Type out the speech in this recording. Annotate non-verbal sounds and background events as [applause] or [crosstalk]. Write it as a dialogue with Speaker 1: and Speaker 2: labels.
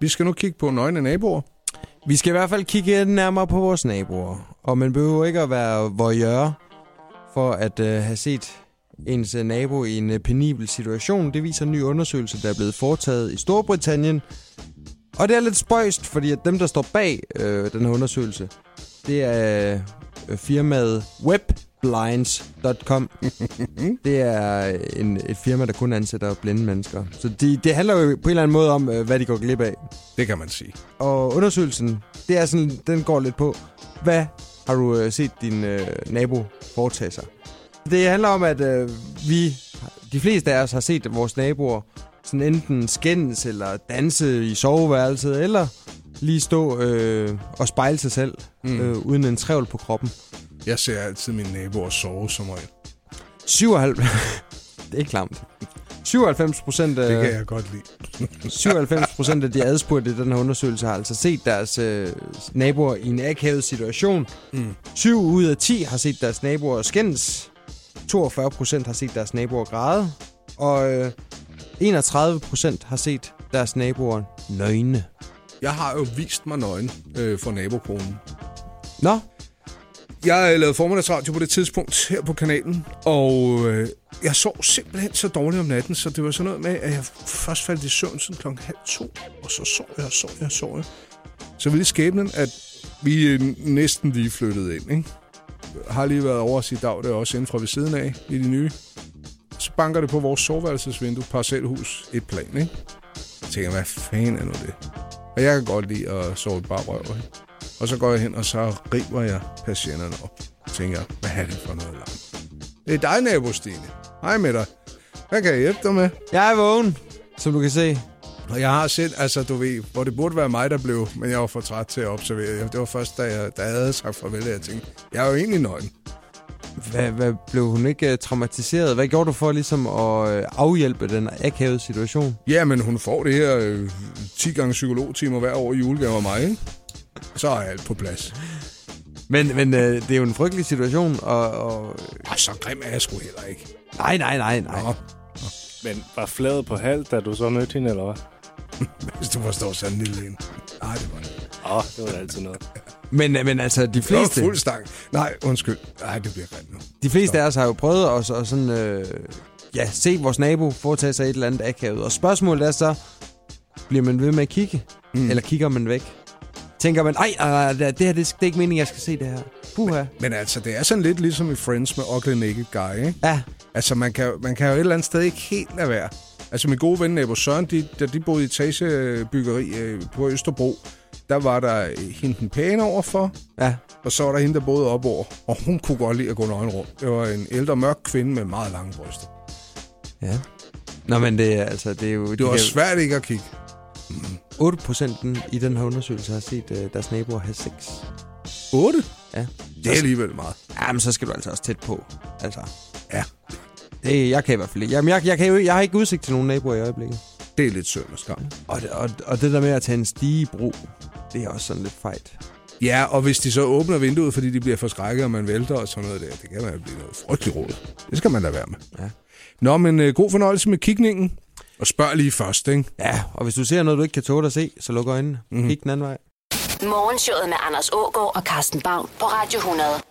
Speaker 1: Vi skal nu kigge på nøgne naboer.
Speaker 2: Vi skal i hvert fald kigge nærmere på vores naboer. Og man behøver ikke at være voyeur for at øh, have set ens øh, nabo i en øh, penibel situation. Det viser en ny undersøgelse, der er blevet foretaget i Storbritannien. Og det er lidt spøjst, fordi at dem, der står bag øh, den her undersøgelse, det er øh, firmaet webblinds.com. det er øh, en, et firma, der kun ansætter blinde mennesker. Så de, det handler jo på en eller anden måde om, øh, hvad de går glip af.
Speaker 1: Det kan man sige.
Speaker 2: Og undersøgelsen, det er sådan, den går lidt på, hvad har du øh, set din øh, nabo foretage sig? Det handler om, at øh, vi, de fleste af os har set vores naboer sådan enten skændes eller danse i soveværelset, eller lige stå øh, og spejle sig selv mm. øh, uden en trævl på kroppen.
Speaker 1: Jeg ser altid mine naboer sove som regel.
Speaker 2: 97... [laughs] det er klamt. 97 procent øh,
Speaker 1: Det
Speaker 2: af...
Speaker 1: kan jeg godt lide.
Speaker 2: 97 procent af de adspurgte i den her undersøgelse har altså set deres øh, naboer i en akavet situation.
Speaker 1: Mm.
Speaker 2: 7 ud af 10 har set deres naboer skændes. 42 procent har set deres naboer græde. Og øh, 31 procent har set deres naboer nøgne.
Speaker 1: Jeg har jo vist mig nøgen øh, for nabokonen.
Speaker 2: Nå,
Speaker 1: Jeg øh, lavede formiddagsradio på det tidspunkt her på kanalen, og øh, jeg sov simpelthen så dårligt om natten, så det var sådan noget med, at jeg først faldt i søvn sådan klokken halv to, og så sov jeg, og sov jeg, og sov jeg. Så ville skæbnen, at vi øh, næsten lige flyttede ind, ikke? Har lige været over os i dag, det er også inden fra ved siden af, i de nye. Så banker det på vores soveværelsesvindue, parcelhus, et plan, ikke? Jeg tænker, hvad fanden er nu det? Og jeg kan godt lide at sove i bare røv, ikke? Og så går jeg hen, og så river jeg patienterne op. Tænker, hvad er det for noget larm? Det er dig, nabo Stine. Hej med dig. Hvad kan jeg hjælpe dig med?
Speaker 2: jeg er vågen, som du kan se.
Speaker 1: Og jeg har selv, altså du ved, hvor det burde være mig, der blev, men jeg var for træt til at observere. Det var først, da jeg, da jeg havde sagt farvel, at jeg tænkte, jeg er jo egentlig nøgen.
Speaker 2: Hvad, hvad blev hun ikke øh, traumatiseret? Hvad gjorde du for ligesom at øh, afhjælpe den akavede situation?
Speaker 1: Ja, men hun får det her øh, 10 gange psykologtimer hver år i julegave af mig, ikke? Så er alt på plads.
Speaker 2: Men, men øh, det er jo en frygtelig situation, og... og
Speaker 1: Og så grim er jeg sgu heller ikke.
Speaker 2: nej, nej, nej, nej.
Speaker 1: Nå,
Speaker 3: Men var fladet på halv, da du så mødte hende, eller hvad?
Speaker 1: hvis du forstår sådan en lille en. Nej, det var det.
Speaker 3: Åh, oh, det var da altid noget.
Speaker 2: Men, øh, men altså, de
Speaker 1: Det var
Speaker 2: fleste...
Speaker 1: fuld stang. Nej, undskyld. Nej, det bliver grimt nu.
Speaker 2: De fleste af os har jo prøvet at, at sådan, øh, ja, se vores nabo foretage sig et eller andet akavet. Og spørgsmålet er så, bliver man ved med at kigge? Mm. Eller kigger man væk? Tænker man, ej, ej, det her det, det er ikke meningen, jeg skal se det her. Puha.
Speaker 1: Men altså, det er sådan lidt ligesom i Friends med Ugly Naked Guy, ikke?
Speaker 2: Ja,
Speaker 1: Altså, man kan, man kan jo et eller andet sted ikke helt lade være. Altså, min gode ven Nabo Søren, de, da de boede i etagebyggeri øh, på Østerbro, der var der øh, hende den pæne overfor,
Speaker 2: ja.
Speaker 1: og så var der hende, der boede op over. Og hun kunne godt lide at gå nøgen rundt. Det var en ældre, mørk kvinde med meget lange bryster.
Speaker 2: ja. Nå, men det er altså, det er jo...
Speaker 1: Det var svært ikke at kigge.
Speaker 2: 8 procenten i den her undersøgelse har set øh, deres naboer have sex.
Speaker 1: 8?
Speaker 2: Ja.
Speaker 1: Det er alligevel meget.
Speaker 2: Jamen, så skal du altså også tæt på. Altså,
Speaker 1: Ja,
Speaker 2: det, jeg kan i hvert fald ikke. Jamen, jeg, jeg, kan jo, jeg har ikke udsigt til nogen naboer i øjeblikket.
Speaker 1: det er lidt synd og skam.
Speaker 2: Og, det- og, og det der med at tage en stige i brug, det er også sådan lidt fejt.
Speaker 1: Ja, og hvis de så åbner vinduet, fordi de bliver forskrækket, og man vælter og sådan noget der, det kan man blive noget frygtelig råd. Det skal man da være med.
Speaker 2: Ja.
Speaker 1: Nå, men øh, god fornøjelse med kigningen. Og spørg lige først, ikke?
Speaker 2: Ja, og hvis du ser noget, du ikke kan tåle at se, så luk øjnene. Mm-hmm. Kig den anden vej.
Speaker 4: Morgenshowet med Anders Ågaard og Carsten Baum på Radio 100.